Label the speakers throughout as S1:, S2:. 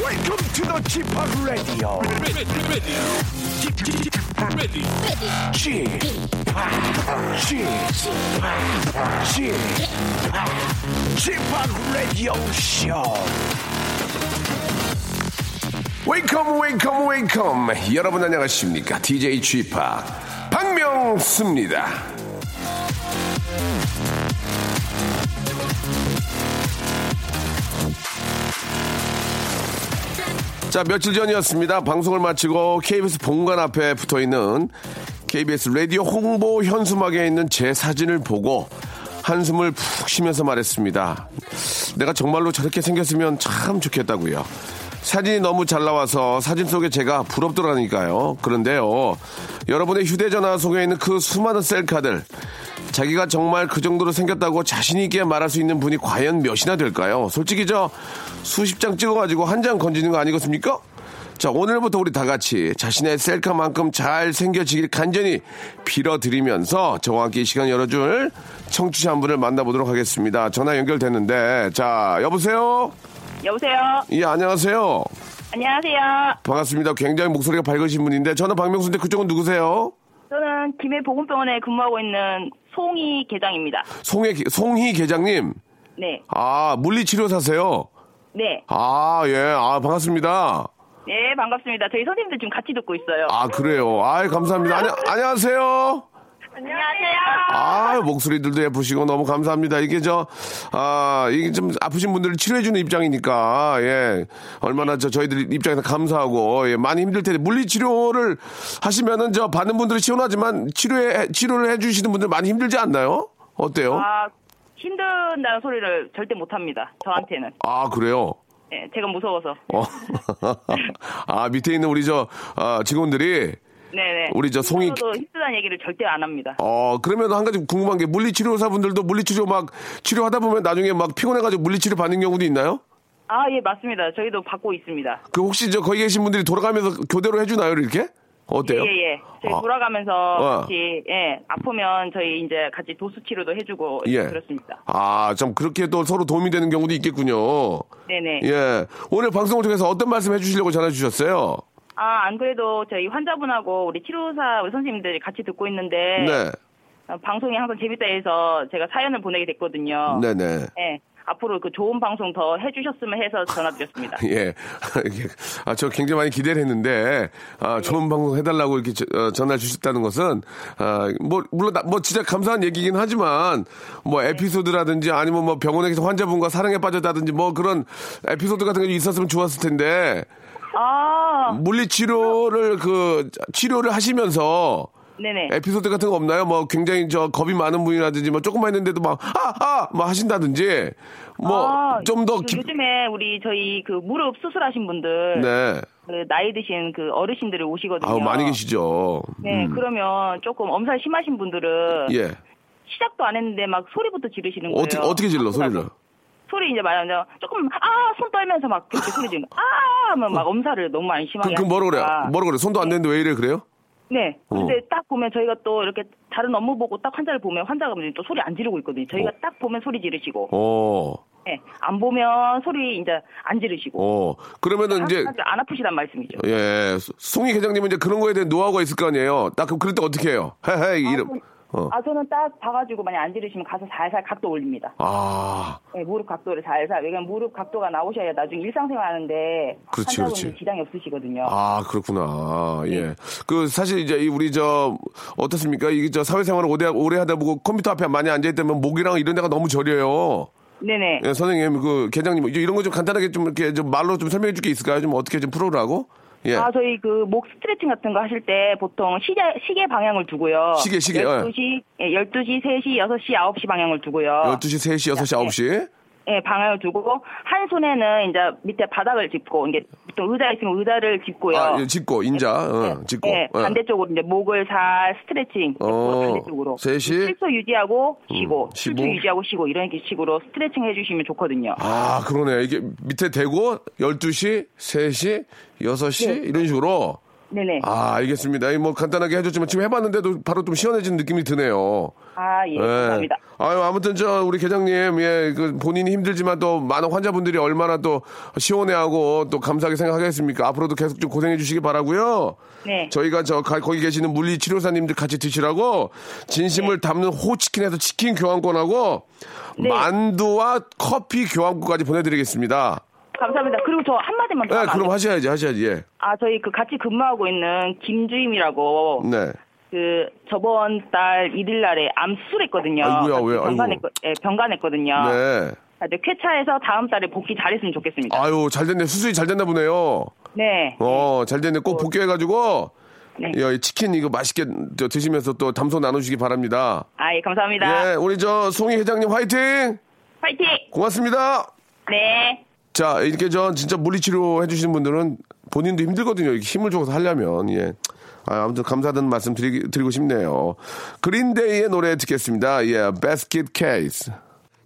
S1: Welcome to the Chip Radio. Chip Chip Radio Show.
S2: 웨이컴 웨이컴 웨이컴 여러분 안녕하십니까 DJ g 파 박명수입니다 자 며칠 전이었습니다 방송을 마치고 KBS 본관 앞에 붙어있는 KBS 라디오 홍보 현수막에 있는 제 사진을 보고 한숨을 푹 쉬면서 말했습니다 내가 정말로 저렇게 생겼으면 참 좋겠다고요. 사진이 너무 잘 나와서 사진 속에 제가 부럽더라니까요. 그런데요, 여러분의 휴대전화 속에 있는 그 수많은 셀카들, 자기가 정말 그 정도로 생겼다고 자신있게 말할 수 있는 분이 과연 몇이나 될까요? 솔직히 저 수십 장 찍어가지고 한 장 건지는 거 아니겠습니까? 자, 오늘부터 우리 다 같이 자신의 셀카만큼 잘 생겨지길 간절히 빌어드리면서 저와 함께 이 시간 열어줄 청취자 한 분을 만나보도록 하겠습니다. 전화 연결됐는데, 자, 여보세요?
S3: 여보세요.
S2: 예, 안녕하세요.
S3: 안녕하세요.
S2: 반갑습니다. 굉장히 목소리가 밝으신 분인데, 저는 박명수인데 그쪽은 누구세요?
S3: 저는 김해보건병원에 근무하고 있는 송이 계장입니다.
S2: 송혜, 송희 계장님.
S3: 네,
S2: 아, 물리치료사세요?
S3: 네,
S2: 아, 예, 아, 반갑습니다.
S3: 네 반갑습니다. 저희 선생님들 지금 같이 듣고 있어요.
S2: 아, 그래요. 아 감사합니다. 아니, 안녕하세요.
S3: 안녕하세요.
S2: 아 목소리들도 예쁘시고 너무 감사합니다. 이게 저, 아, 이게 좀 아프신 분들을 치료해주는 입장이니까, 예. 얼마나 저, 저희들 입장에서 감사하고, 예. 많이 힘들 텐데, 물리치료를 하시면은 저, 받는 분들은 시원하지만, 치료해, 치료를 해주시는 분들 많이 힘들지 않나요? 어때요?
S3: 아, 힘든다는 소리를 절대 못합니다. 저한테는.
S2: 아, 그래요?
S3: 네, 제가 무서워서.
S2: 어. 아, 밑에 있는 우리 저, 아, 직원들이,
S3: 네네.
S2: 우리 저 송이-
S3: 힘들어도 힘들다는 얘기를 절대 안 합니다.
S2: 어, 그러면 한 가지 궁금한 게, 물리치료사분들도 물리치료 막, 치료하다 보면 나중에 막 피곤해가지고 물리치료 받는 경우도 있나요?
S3: 아, 예, 맞습니다. 저희도 받고 있습니다.
S2: 그 혹시 저 거기 계신 분들이 돌아가면서 교대로 해주나요 이렇게?
S3: 예,
S2: 어때요?
S3: 예. 저희
S2: 아,
S3: 돌아가면서
S2: 어.
S3: 같이, 예, 아프면 저희 이제 같이 도수치료도 해주고,
S2: 예.
S3: 그렇습니다.
S2: 아, 참 그렇게 또 서로 도움이 되는 경우도 있겠군요.
S3: 네네.
S2: 예. 오늘 방송을 통해서 어떤 말씀 해주시려고 전화 주셨어요?
S3: 아, 안 그래도 저희 환자분하고 우리 치료사 우리 선생님들이 같이 듣고 있는데
S2: 네.
S3: 어, 방송이 항상 재밌다 해서 제가 사연을 보내게 됐거든요.
S2: 네, 네.
S3: 예, 앞으로 그 좋은 방송 더 해주셨으면 해서 전화드렸습니다.
S2: 예. 이게, 아, 저 굉장히 많이 기대를 했는데,
S3: 네.
S2: 아, 좋은 방송 해달라고 이렇게 저- 어, 전화 주셨다는 것은, 아, 뭐, 물론, 나- 뭐, 진짜 감사한 얘기긴 하지만,
S3: 네.
S2: 뭐, 에피소드라든지 아니면 뭐, 병원에서 환자분과 사랑에 빠졌다든지 뭐, 그런 에피소드 같은 게 있었으면 좋았을 텐데,
S3: 아,
S2: 물리치료를 그 치료를 하시면서
S3: 네네.
S2: 에피소드 같은 거 없나요? 뭐 굉장히 저 겁이 많은 분이라든지 뭐 조금만 했는데도 막아아막 하신다든지 뭐
S3: 아,
S2: 좀 더
S3: 그 요즘에 우리 저희 그 무릎 수술하신 분들
S2: 네.
S3: 그 나이 드신 그 어르신들이 오시거든요.
S2: 아우 많이 계시죠.
S3: 네,
S2: 음.
S3: 그러면 조금 엄살 심하신 분들은
S2: 예.
S3: 시작도 안 했는데 막 소리부터 지르시는 거예요.
S2: 어떻게 어떻게 질러
S3: 아,
S2: 소리를?
S3: 소리 이제 말하면 조금 아 손 떨면서 막 그렇게 소리 지르는 거. 아 하면 막 엄살을 너무 많이 아. 심하게
S2: 어. 그, 그 뭐라 그래?
S3: 하니까.
S2: 뭐라 그래? 손도 안 되는데 왜 이래 그래요?
S3: 네
S2: 어.
S3: 근데 딱 보면 저희가 또 이렇게 다른 업무 보고 딱 환자를 보면 환자가 또 소리 안 지르고 있거든요 저희가
S2: 어.
S3: 딱 보면 소리 지르시고
S2: 어.
S3: 네, 안 보면 소리 이제 안 지르시고
S2: 어. 그러면은 이제
S3: 환자들 안 아프시단 말씀이죠
S2: 예. 송이 회장님은 이제 그런 거에 대한 노하우가 있을 거 아니에요. 딱 그럼 그럴 때 어떻게 해요? 헤헤 이름. 어.
S3: 아 저는 딱 봐가지고 만약 안 지르시면 가서 살살 각도 올립니다
S2: 아.
S3: 네, 무릎 각도를 살살 왜냐면 무릎 각도가 나오셔야 나중에 일상생활 하는데
S2: 그렇지,
S3: 환자분이
S2: 그렇지.
S3: 지장이 없으시거든요
S2: 아, 그렇구나. 예. 그, 사실 이제 이 우리 저, 어떻습니까? 이게 저 사회생활을 오래, 오래 하다 보고 컴퓨터 앞에 많이 앉아있다면 목이랑 이런 데가 너무 저려요.
S3: 네네
S2: 예, 선생님, 그, 계장님, 이제 이런 거 좀 간단하게 좀 이렇게 좀 말로 좀 설명해 줄 게 있을까요? 좀 어떻게 좀 프로라고? 예.
S3: 아, 저희 그 목 스트레칭 같은 거 하실 때 보통 시계, 시계 방향을 두고요.
S2: 시계, 시계, 예.
S3: 12시, 예, 12시, 3시, 6시, 9시 방향을 두고요.
S2: 12시, 3시, 6시,
S3: 네.
S2: 9시.
S3: 예, 방향을 두고 한 손에는 이제 밑에 바닥을 짚고 이게 보통 의자 있으면 의자를 짚고요.
S2: 아, 예, 짚고, 인자, 어, 짚고. 예.
S3: 예, 반대쪽으로 이제 목을 잘 스트레칭.
S2: 어,
S3: 반대쪽으로. 그
S2: 셋이?
S3: 실수 유지하고 쉬고,
S2: 쉬고.
S3: 실수 유지하고 쉬고 이런 식으로 스트레칭 해주시면 좋거든요.
S2: 아, 그러네. 이게 밑에 대고 12시, 3시, 6시 이런 식으로.
S3: 네. 네네. 아,
S2: 아, 알겠습니다. 이뭐 간단하게 해줬지만 지금 해봤는데도 바로 좀 시원해진 느낌이 드네요.
S3: 예,
S2: 예.
S3: 감사합니다.
S2: 아유, 아무튼 저 우리 계장님, 예, 그 본인이 힘들지만 또 많은 환자분들이 얼마나 또 시원해하고 또 감사하게 생각하겠습니까? 앞으로도 계속 좀 고생해 주시기 바라고요.
S3: 네.
S2: 저희가 저 가- 거기 계시는 물리치료사님들 같이 드시라고 진심을
S3: 네.
S2: 담는 호치킨에서 치킨 교환권하고 만두와 커피 교환권까지 보내드리겠습니다.
S3: 감사합니다. 그리고 저 한마디만 더.
S2: 예,
S3: 하면 안
S2: 그럼
S3: 돼요?
S2: 하셔야지, 하셔야지. 예.
S3: 아, 저희 그 같이 근무하고 있는 김주임이라고
S2: 네.
S3: 그 저번 달 1일 날에 암수술했거든요.
S2: 아이고야, 왜, 아이고.
S3: 병간했거, 예, 병간했거든요.
S2: 네.
S3: 아, 이제 쾌차해서 다음 달에 복귀 잘했으면 좋겠습니다.
S2: 아유, 잘 됐네. 수술이 잘 됐나 보네요.
S3: 네.
S2: 어, 잘 됐네. 꼭 복귀해가지고.
S3: 네.
S2: 예, 이 치킨 이거 맛있게 저 드시면서 또 담소 나누시기 바랍니다.
S3: 아, 예, 감사합니다.
S2: 예, 우리 저 송희 회장님 화이팅!
S3: 파이팅!
S2: 고맙습니다!
S3: 네.
S2: 자, 이렇게 전 진짜 물리치료 해주시는 분들은 본인도 힘들거든요. 이렇게 힘을 줘서 하려면, 예. 아, 아무튼 감사하다는 말씀 드리, 드리고 싶네요. 그린데이의 노래 듣겠습니다. 예, Basket Case.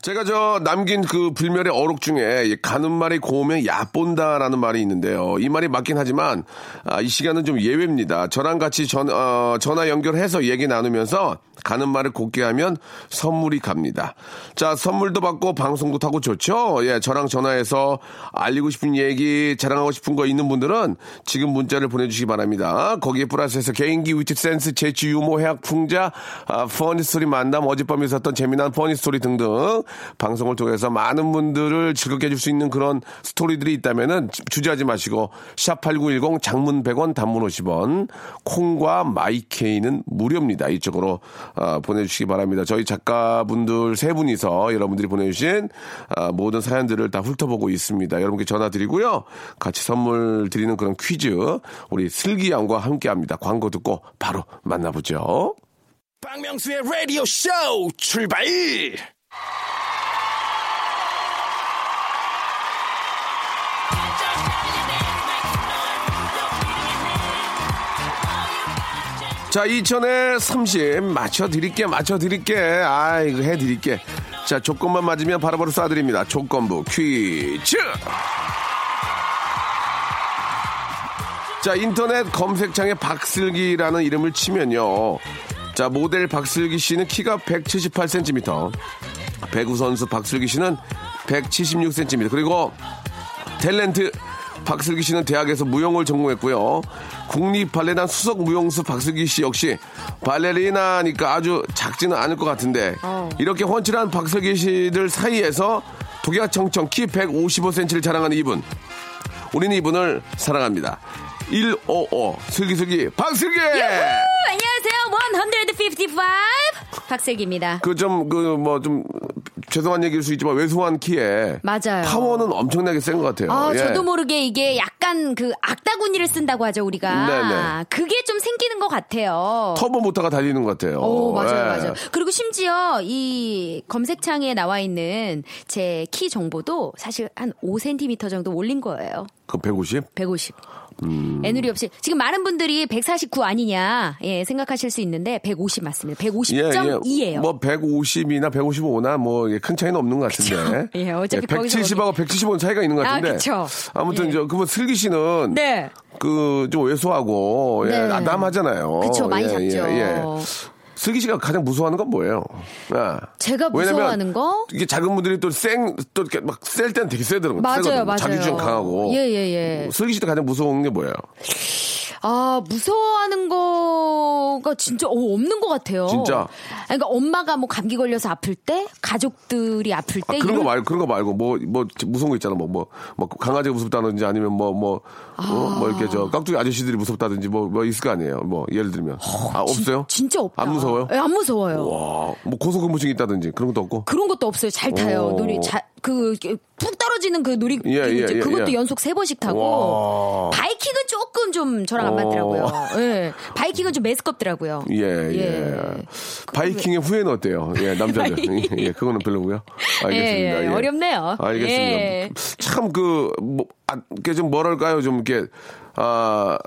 S2: 제가 저 남긴 그 불멸의 어록 중에 이 가는 말이 고우면 얕본다라는 말이 있는데요. 이 말이 맞긴 하지만 아, 이 시간은 좀 예외입니다. 저랑 같이 전, 어, 전화 연결해서 얘기 나누면서 가는 말을 곱게 하면 선물이 갑니다. 자, 선물도 받고 방송도 타고 좋죠? 예, 저랑 전화해서 알리고 싶은 얘기, 자랑하고 싶은 거 있는 분들은 지금 문자를 보내주시기 바랍니다. 거기에 플러스해서 개인기 위치 센스, 재치, 유머, 해학, 풍자, 아, 퍼니 스토리 만남, 어젯밤 있었던 재미난 퍼니 스토리 등등 방송을 통해서 많은 분들을 즐겁게 해줄 수 있는 그런 스토리들이 있다면은 주- 주저하지 마시고 샵8910 장문 100원 단문 50원 콩과 마이케이는 무료입니다. 이쪽으로 아, 보내주시기 바랍니다. 저희 작가분들 세 분이서 여러분들이 보내주신 아, 모든 사연들을 다 훑어보고 있습니다. 여러분께 전화 드리고요. 같이 선물 드리는 그런 퀴즈 우리 슬기 양과 함께합니다. 광고 듣고 바로 만나보죠.
S1: 박명수의 라디오 쇼 출발!
S2: 자, 2000에 30 맞춰드릴게, 맞춰드릴게. 아, 이거 해드릴게. 자, 조건만 맞으면 바로바로 쏴드립니다. 조건부 퀴즈! 자, 인터넷 검색창에 박슬기라는 이름을 치면요. 자, 모델 박슬기 씨는 키가 178cm, 배구 선수 박슬기 씨는 176cm, 그리고 탤런트 박슬기 씨는 대학에서 무용을 전공했고요. 국립 발레단 수석 무용수 박슬기 씨 역시 발레리나니까 아주 작지는 않을 것 같은데
S4: 어.
S2: 이렇게 훤칠한 박슬기 씨들 사이에서 독야청청 키 155cm를 자랑하는 이분 우리는 이분을 사랑합니다. 155 슬기슬기 박슬기
S4: 안녕하세요. 155 박슬기입니다.
S2: 그 좀 그 뭐 좀 죄송한 얘기일 수 있지만 왜소한 키에
S4: 맞아요.
S2: 파워는 엄청나게 센 것 같아요.
S4: 아,
S2: 예.
S4: 저도 모르게 이게 약간 그 악다구니를 쓴다고 하죠, 우리가.
S2: 네네.
S4: 그게 좀 생기는 것 같아요.
S2: 터보 모터가 달리는 것 같아요.
S4: 오, 맞아요,
S2: 예.
S4: 맞아요. 그리고 심지어 이 검색창에 나와 있는 제 키 정보도 사실 한 5cm 정도 올린 거예요.
S2: 그 150?
S4: 150.
S2: 음.
S4: 애누리 없이 지금 많은 분들이 149 아니냐 예 생각하실 수 있는데 150 맞습니다. 150.2예요.
S2: 뭐 150이나 155나 뭐 큰 차이는 없는 것 같은데.
S4: 그쵸. 예, 어차피 거기서
S2: 170하고 175는 차이가 있는 것
S4: 아,
S2: 같은데.
S4: 그쵸.
S2: 무튼
S4: 예.
S2: 저 그분 슬기 씨는
S4: 네.
S2: 그 좀 왜소하고 예,
S4: 네.
S2: 남하잖아요.
S4: 그쵸, 많이
S2: 예,
S4: 작죠.
S2: 예, 예. 슬기 씨가 가장 무서워하는 건 뭐예요? 아.
S4: 제가 무서워하는
S2: 왜냐면
S4: 거?
S2: 이게 작은 분들이 또쌩또 이렇게 막 셀 때는 되게 세더라고
S4: 맞아요, 맞아요.
S2: 자기주장 강하고.
S4: 예, 예, 예.
S2: 슬기 씨도 가장 무서운 게 뭐예요?
S4: 아 무서워하는 거가 진짜 어, 없는 것 같아요.
S2: 진짜?
S4: 아니, 그러니까 엄마가 뭐 감기 걸려서 아플 때, 가족들이 아플
S2: 아,
S4: 때
S2: 그런
S4: 네,
S2: 거
S4: 이런
S2: 말고 그런 거 말고 뭐 뭐 무서운 거 있잖아 뭐 뭐 뭐 강아지가 무섭다든지 아니면 뭐 뭐 뭐 이렇게 저 깍두기 아저씨들이 무섭다든지 뭐 뭐 있을 거 아니에요 뭐 예를 들면 아 없어요
S4: 진짜 없다.
S2: 안 무서워요
S4: 예, 안 무서워요.
S2: 와뭐 고소공포증 있다든지 그런 것도 없고
S4: 그런 것도 없어요. 잘 타요.
S2: 오.
S4: 놀이 잘 그 푹 떨어지는 그 놀이
S2: 예, 예,
S4: 기구죠.
S2: 예,
S4: 그것도
S2: 예.
S4: 연속 세 번씩 타고
S2: 와.
S4: 바이킹은 조금 좀 저랑 안
S2: 어.
S4: 맞더라고요. 예. 바이킹은 좀 매스껍더라고요.
S2: 예, 예. 바이킹의 후회는 어때요? 예, 남자들. 예, 그거는 별로고요. 알겠습니다.
S4: 예, 예. 어렵네요.
S2: 알겠습니다.
S4: 예.
S2: 참 그, 뭐, 아, 이게 좀 뭐랄까요? 좀 이렇게, 아,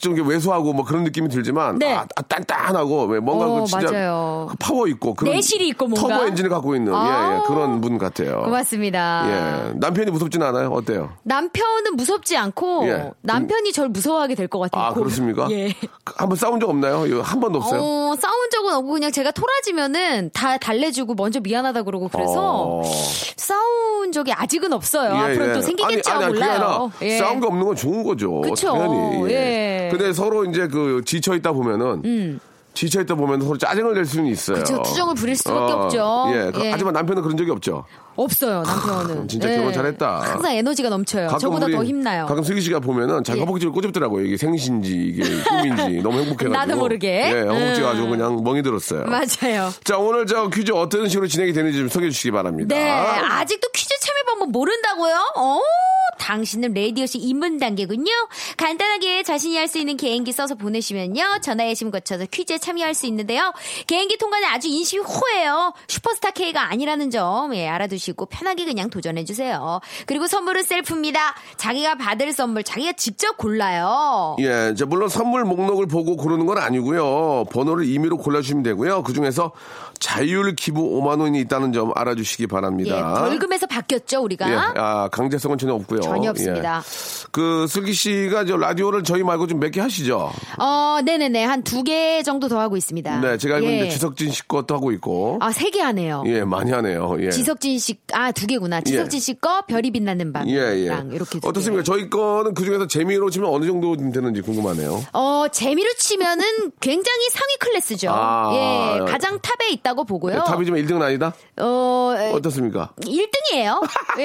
S2: 좀 이렇게 왜소하고 뭐 그런 느낌이 들지만
S4: 네.
S2: 아, 아, 단단하고 왜 뭔가
S4: 어,
S2: 그 진짜
S4: 맞아요.
S2: 그 파워 있고 그런
S4: 내실이 있고 뭔가.
S2: 터보 엔진을 갖고 있는 예,
S4: 아.
S2: 예, 그런 분 같아요.
S4: 고맙습니다.
S2: 예, 남편이 무섭진 않아요? 어때요?
S4: 남편은 무섭지 않고
S2: 예.
S4: 남편이 절 무서워하게 될 것 같아요.
S2: 아
S4: 곧.
S2: 그렇습니까?
S4: 예.
S2: 한번 싸운 적 없나요? 이거 한 번도 없어요?
S4: 어, 싸운 적은 없고 그냥 제가 토라지면은 다 달래주고 먼저 미안하다 그러고 그래서
S2: 어.
S4: 싸운 적이 아직은 없어요.
S2: 예,
S4: 앞으로
S2: 예.
S4: 또 생기겠죠
S2: 아니, 아니, 그게
S4: 몰라요. 예.
S2: 아니라 싸운 게 없는 건 좋은 거죠.
S4: 그쵸.
S2: 당연히.
S4: 예. 음.
S2: 근데 서로 이제 그 지쳐 있다 보면은 지쳐 있다 보면 서로 짜증을 낼 수는 있어요.
S4: 그쵸, 투정을 부릴 수밖에 없죠.
S2: 예. 그-
S4: 예.
S2: 하지만 남편은 그런 적이 없죠.
S4: 없어요 남편은. 예.
S2: 진짜 결혼 잘했다.
S4: 항상 에너지가 넘쳐요. 어, 저보다
S2: 우리-
S4: 더 힘나요.
S2: 가끔 슬기 씨가 보면은 자기
S4: 예.
S2: 허벅지를 꼬집더라고요. 이게 생신지 이게 꿈인지 너무 행복해가지고.
S4: 나도 모르게.
S2: 예,
S4: 음.
S2: 허벅지 가지고 그냥 멍이 들었어요.
S4: 맞아요.
S2: 자, 오늘 저 퀴즈 어떤 식으로 진행이 되는지 좀 소개해 주시기 바랍니다.
S4: 네, 아직도 퀴즈 참여 방법 모른다고요? 어, 당신은 라디오씨 입문 단계군요. 간단하게 자신이 할 수 있는 개인기 써서 보내시면요. 전화예심 거쳐서 퀴즈에 참여할 수 있는데요. 개인기 통과는 아주 인심이 호예요. 슈퍼스타 K가 아니라는 점, 예, 알아두시고 편하게 그냥 도전해주세요. 그리고 선물은 셀프입니다. 자기가 받을 선물 자기가 직접 골라요.
S2: 예, 자, 물론 선물 목록을 보고 고르는 건 아니고요. 번호를 임의로 골라주시면 되고요. 그 중에서 자율 기부 5만 원이 있다는 점 알아주시기
S4: 예,
S2: 바랍니다.
S4: 벌금에서 바뀌었죠, 우리가?
S2: 예, 아, 강제성은 전혀 없고요.
S4: 전혀 없습니다.
S2: 예. 그 슬기 씨가 저 라디오를 저희 말고 좀 몇 개 하시죠.
S4: 어, 네네네. 한 두 개 정도 더 하고 있습니다.
S2: 네, 제가 알고 있는데
S4: 예.
S2: 지석진 씨 것도 하고 있고.
S4: 아, 세 개 하네요.
S2: 예, 많이 하네요. 예.
S4: 지석진 씨, 아, 두 개구나. 지석진 씨 거, 별이 빛나는 밤.
S2: 예, 예.
S4: 랑 이렇게 두
S2: 어떻습니까?
S4: 개.
S2: 저희 거는 그 중에서 재미로 치면 어느 정도 되는지 궁금하네요.
S4: 어, 재미로 치면은 굉장히 상위 클래스죠.
S2: 아, 예,
S4: 예, 가장 탑에 있다고 보고요.
S2: 답이지만 1등은 아니다?
S4: 어, 에,
S2: 어떻습니까?
S4: 1등이에요. 예.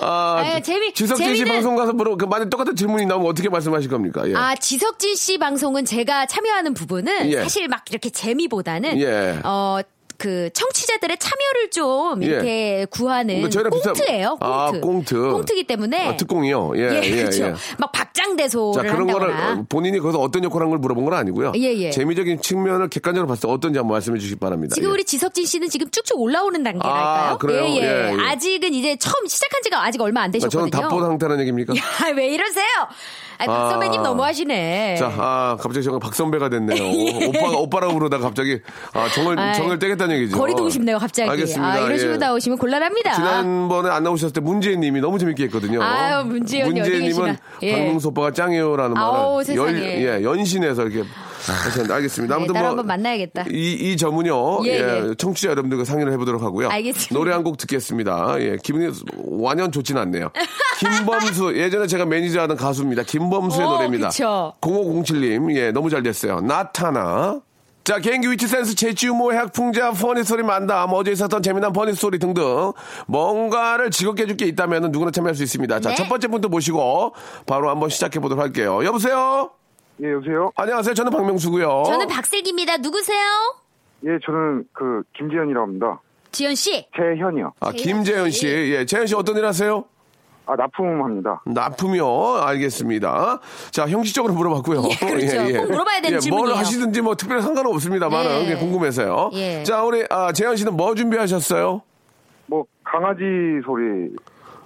S2: 아,
S4: 아,
S2: 지-
S4: 재미-
S2: 지석진 씨
S4: 재미는-
S2: 방송 가서 물어 그 만약 똑같은 질문이 나오면 어떻게 말씀하실 겁니까? 예.
S4: 아, 지석진 씨 방송은 제가 참여하는 부분은
S2: 예.
S4: 사실 막 이렇게 재미보다는,
S2: 예.
S4: 어, 그 청취자들의 참여를 좀 이렇게 구하는
S2: 그러니까 저희랑 비슷한-
S4: 꽁트예요. 꽁트.
S2: 아, 꽁트.
S4: 꽁트기 때문에
S2: 아, 특공이요. 예,
S4: 네. 예,
S2: 예,
S4: 그렇죠.
S2: 예.
S4: 막
S2: 자
S4: 박장대소를
S2: 그런 거를
S4: 한다거나.
S2: 어, 본인이 거기서 어떤 역할을 한 걸 물어본 건 아니고요.
S4: 예, 예.
S2: 재미적인 측면을 객관적으로 봤을 때 어떤지 한번 말씀해 주시기 바랍니다.
S4: 지금
S2: 예.
S4: 우리 지석진 씨는 지금 쭉쭉 올라오는 단계랄까요?
S2: 아, 그래요?
S4: 예, 예.
S2: 예, 예.
S4: 아직은 이제 처음 시작한 지가 아직 얼마 안
S2: 아, 저는
S4: 되셨거든요. 예.
S2: 답보 상태라는 얘기입니까?
S4: 야, 왜 이러세요? 아, 박
S2: 아.
S4: 선배님 너무하시네.
S2: 자, 아, 갑자기 저가 박선배가 됐네요. 오빠가, 오빠라고 그러다가 갑자기, 아, 정을,
S4: 예. 아이,
S2: 정을 떼겠다는 얘기죠. 어.
S4: 거리 두고 싶네요, 갑자기.
S2: 알겠습니다.
S4: 아, 이런 식으로
S2: 예.
S4: 나오시면 곤란합니다.
S2: 지난번에 안 나오셨을 때 문재인 님이 너무 재밌게 했거든요.
S4: 아. 아유, 문재인 언니 어디
S2: 님은
S4: 계시나. 예.
S2: 박명수 오빠가 짱이요라는
S4: 아우,
S2: 말을
S4: 세상에. 네,
S2: 예, 연신해서 이렇게 하셨는데 알겠습니다. 아무튼
S4: 따로
S2: 뭐
S4: 한번 만나야겠다.
S2: 이, 이 점은요.
S4: 예,
S2: 예,
S4: 예.
S2: 청취자 여러분들과 상의를 해보도록 하고요.
S4: 알겠습니다.
S2: 노래 한 곡 듣겠습니다. 예, 기분이 완연 좋진 않네요. 김범수 예전에 제가 매니저 하던 가수입니다. 김범수의
S4: 오,
S2: 노래입니다.
S4: 어, 그쵸.
S2: 0507님, 예, 너무 잘 됐어요. 나타나. 자, 개인기 위치센스, 재치유모, 해학풍자, 퍼니스토리 만담, 어제 있었던 재미난 퍼니스토리 등등 뭔가를 즐겁게 해줄 게 있다면 누구나 참여할 수 있습니다. 자,
S4: 네.
S2: 첫 번째 분도 모시고 바로 한번 시작해 보도록 할게요. 여보세요?
S5: 예, 여보세요?
S2: 안녕하세요. 저는 박명수고요.
S4: 저는 박슬기입니다. 누구세요?
S5: 예, 저는 그 김지현이라고 합니다.
S4: 지현 씨.
S5: 재현이요.
S2: 아, 김재현 씨. 예, 재현 씨 어떤 일 하세요?
S5: 아, 납품합니다.
S2: 납품이요. 알겠습니다. 자, 형식적으로 물어봤고요.
S4: 예, 그렇죠. 꼭 물어봐야 되는
S2: 뭘
S4: 질문이에요.
S2: 하시든지 뭐 특별히 상관은 없습니다만
S4: 예.
S2: 그냥 궁금해서요.
S4: 예.
S2: 자, 우리 아, 재현 씨는 뭐 준비하셨어요?
S5: 뭐 강아지 소리.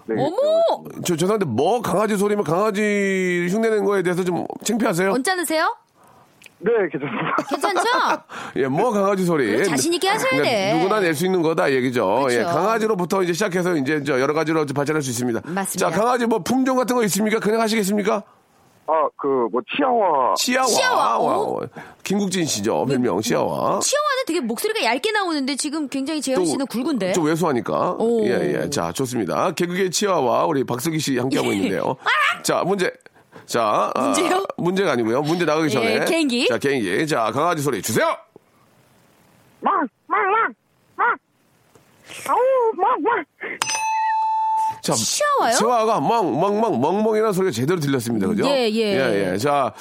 S5: 네.
S4: 어머!
S2: 저 죄송한데 뭐 강아지 소리면 강아지 흉내낸 거에 대해서 좀 창피하세요?
S4: 어, 언짢으세요?
S5: 네, 괜찮습니다.
S4: 괜찮죠?
S2: 예, 뭐 강아지 소리.
S4: 그, 자신 있게 하셔야
S2: 그러니까
S4: 돼.
S2: 누구나 낼 수 있는 거다 얘기죠.
S4: 그렇죠.
S2: 예, 강아지로부터 이제 시작해서 이제 저 여러 가지로 이제 발전할 수 있습니다.
S4: 맞습니다. 어,
S2: 자, 강아지 뭐 품종 같은 거 있습니까? 그냥 하시겠습니까?
S5: 아, 그 뭐 치아와
S2: 치아와.
S4: 치아와, 네.
S2: 와,
S4: 어?
S2: 와. 김국진 씨죠. 별명 치아와.
S4: 치영아는 되게 목소리가 얇게 나오는데 지금 굉장히 재현 씨는 굵은데.
S2: 좀 왜소하니까.
S4: 오.
S2: 예, 예. 자, 좋습니다. 개그계 치아와 우리 박석희 씨 함께하고 있는데요. 자, 문제. 자, 아,
S4: 예. 아! 문제요? 예,
S2: 문제가 아니고요. 문제 나가기 전에.
S4: 개인기.
S2: 자, 개인기. 자, 강아지 소리 주세요!
S5: 막, 막, 막, 막. 아우, 막, 막.
S2: 자,
S4: 치아와요?
S2: 치아와가 멍, 멍, 멍, 멍멍이라는 소리가 제대로 들렸습니다. 그죠?
S4: 예, 예.
S2: 예, 예. 자,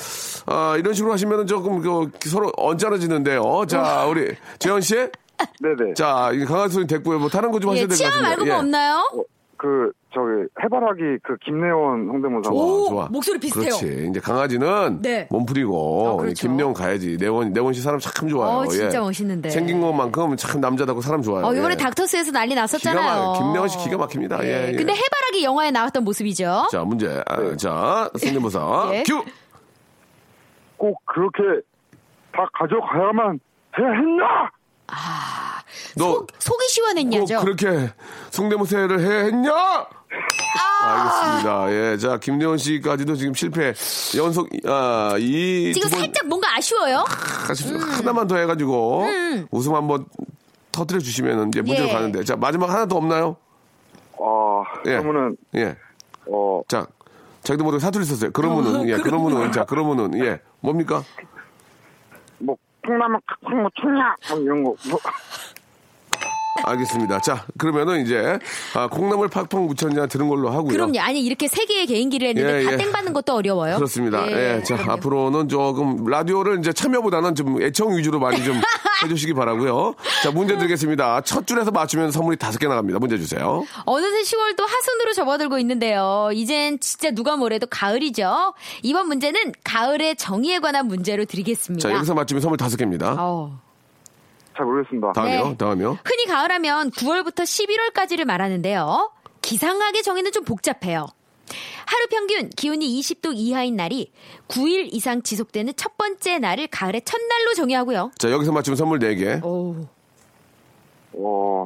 S2: 아, 이런 식으로 하시면 조금 그, 서로 언짢아지는데요. 자, 우리 재현 씨.
S5: 네, 네.
S2: 자, 이 강아지 소리 됐고요. 뭐 다른 거 좀
S4: 예,
S2: 하셔야 될 것
S4: 치아
S2: 같은데.
S4: 말고
S2: 예.
S4: 뭐 없나요?
S5: 그 저기 해바라기 그 김내원 홍대모사.
S2: 좋아,
S4: 오,
S2: 좋아.
S4: 목소리 비슷해요.
S2: 그렇지. 이제 강아지는
S4: 네.
S2: 몸풀이고
S4: 아, 그렇죠.
S2: 김내원 가야지. 내원 내원 씨 사람 참 좋아요.
S4: 어, 진짜
S2: 예.
S4: 멋있는데.
S2: 생긴 것만큼 참 남자답고 사람 좋아요.
S4: 어, 이번에
S2: 예.
S4: 닥터스에서 난리
S2: 기가
S4: 났었잖아요.
S2: 막- 김내원 씨 기가 막힙니다. 예, 예.
S4: 근데 해바라기 영화에 나왔던 모습이죠.
S2: 자 문제. 아, 자 성대모사
S4: 예.
S2: 큐.
S5: 꼭 그렇게 다 가져가야만 해야 했나?
S2: 너
S4: 아, 속, 이
S2: 꼭
S4: 시원했냐죠.
S2: 어, 그렇게 성대모사를 해 했냐?
S4: 아!
S2: 알겠습니다. 예, 자 김대원 씨까지도 지금 실패 연속 아이
S4: 지금
S2: 두 번-
S4: 살짝 뭔가 아쉬워요.
S2: 같이
S4: 음.
S2: 하나만 더 해가지고 웃음 한번 터뜨려 주시면 이제 문제로
S4: 예.
S2: 가는데 자 마지막 하나 더 없나요?
S5: 아,
S2: 예.
S5: 그러면은,
S2: 예.
S5: 어,
S2: 자 자기도 모르게 사투리 썼어요. 그러면은 예, 그러면은 자 그러면은 예 뭡니까?
S5: 뭐, 콩나물, 콩나물, 콩나 뭐 이런 거. 뭐,
S2: 알겠습니다. 자 그러면은 이제 아, 콩나물 팍팍 무쳤냐 들은 걸로 하고요.
S4: 그럼요. 아니 이렇게 세 개의 개인기를 했는데
S2: 예,
S4: 다
S2: 예.
S4: 땡받는 것도 어려워요.
S2: 그렇습니다. 예, 자
S4: 그럼요.
S2: 앞으로는 조금 라디오를 이제 참여보다는 좀 애청 위주로 많이 좀 해주시기 바라고요. 자 문제 드리겠습니다. 첫 줄에서 맞추면 선물이 다섯 개 나갑니다. 문제 주세요.
S4: 어느새 10월도 하순으로 접어들고 있는데요. 이젠 진짜 누가 뭐래도 가을이죠. 이번 문제는 가을의 정의에 관한 문제로 드리겠습니다.
S2: 자 여기서 맞추면 선물 다섯 개입니다.
S4: 어.
S5: 잘 모르겠습니다.
S2: 다음이요.
S4: 네.
S2: 다음이요.
S4: 흔히 가을하면 9월부터 11월까지를 말하는데요. 기상학의 정의는 좀 복잡해요. 하루 평균 기온이 20도 이하인 날이 9일 이상 지속되는 첫 번째 날을 가을의 첫날로 정의하고요.
S2: 자 여기서 맞추면 선물 네 개.
S4: 오.
S5: 어,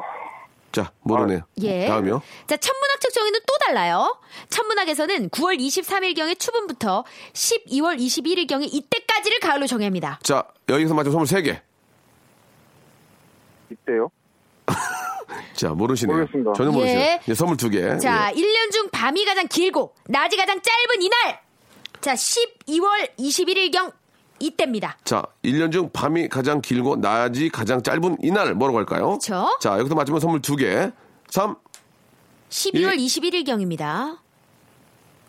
S2: 자 모르네요.
S4: 예.
S2: 다음이요.
S4: 자, 천문학적 정의는 또 달라요. 천문학에서는 9월 23일경의 추분부터 12월 21일경의 이때까지를 가을로 정의합니다.
S2: 자 여기서 맞추면 선물 세 개.
S5: 이때요?
S2: 자 모르시네요.
S5: 모르겠습니다.
S2: 전혀 모르세요.
S4: 예.
S2: 예, 선물 두 개.
S4: 자,
S2: 예.
S4: 일 1년 중 밤이 가장 길고 낮이 가장 짧은 이날. 자, 12월 21일경 이때입니다.
S2: 자, 1년 중 밤이 가장 길고 낮이 가장 짧은 이날 뭐라고 할까요?
S4: 그쵸.
S2: 자, 여기서 맞추면 선물 두 개. 삼.
S4: 12월
S2: 예.
S4: 21일경입니다.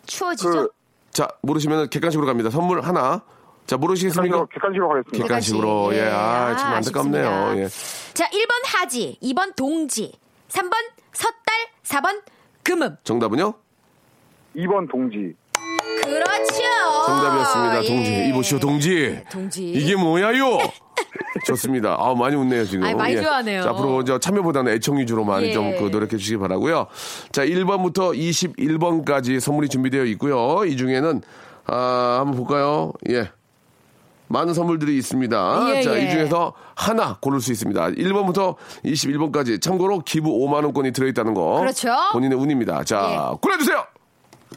S4: 추워지죠?
S5: 그,
S2: 자, 모르시면 객관식으로 갑니다. 선물 하나. 자, 모르시겠습니까?
S5: 객관식으로, 객관식으로 가겠습니다.
S2: 객관식으로. 예, 아,
S4: 네, 아,
S2: 참 안타깝네요.
S4: 아쉽습니다.
S2: 예.
S4: 자, 1번 하지, 2번 동지, 3번 섣달, 4번 금음.
S2: 정답은요?
S5: 2번 동지.
S4: 그렇죠.
S2: 정답이었습니다.
S4: 예.
S2: 동지. 이보시오, 동지.
S4: 동지.
S2: 이게 뭐야요? 좋습니다. 아 많이 웃네요 지금. 예.
S4: 아이, 많이 좋아하네요.
S2: 자, 앞으로 저 참여보다는 애청 위주로 많이
S4: 예.
S2: 좀그 노력해 주시기 바라고요. 자, 1번부터 21번까지 선물이 준비되어 있고요. 이 중에는 아 한번 볼까요? 예. 많은 선물들이 있습니다.
S4: 예,
S2: 자,
S4: 예.
S2: 이 중에서 하나 고를 수 있습니다. 1번부터 21번까지 참고로 기부 5만 원권이 들어 있다는 거.
S4: 그렇죠. 예.
S2: 본인의 운입니다. 자, 골라 주세요.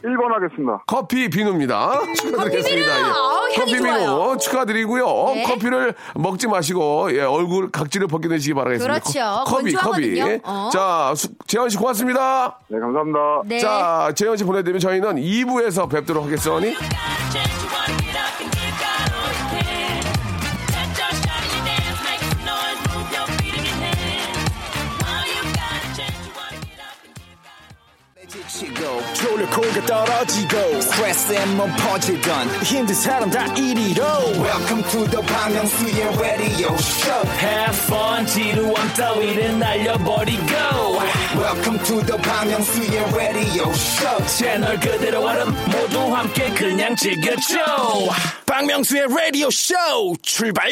S5: 1번 하겠습니다.
S2: 커피 비누입니다. 축하드리겠습니다. 예.
S4: 비누! 아우, 향이
S2: 커피
S4: 좋아요.
S2: 비누 축하드리고요. 어,
S4: 네.
S2: 커피를 먹지 마시고 예, 얼굴 각질을 벗겨내시기 바라겠습니다.
S4: 그렇죠.
S2: 커- 커피 커피.
S4: 건조하거든요. 어.
S2: 자 수- 재현 씨 고맙습니다.
S5: 네, 감사합니다.
S4: 네.
S2: 자 재현 씨 보내드리면 저희는 2부에서 뵙도록 하겠어니.
S1: 지치고, 졸려 코가 떨어지고, 스트레스에 몸 퍼지던, 힘든 사람 다 이리로. welcome to the Bang Myung-soo's radio show have fun to one time we welcome to the Bang Myung-soo's radio show Channel good that i 모두 함께 그냥 즐겨줘 박명수의 radio show 출발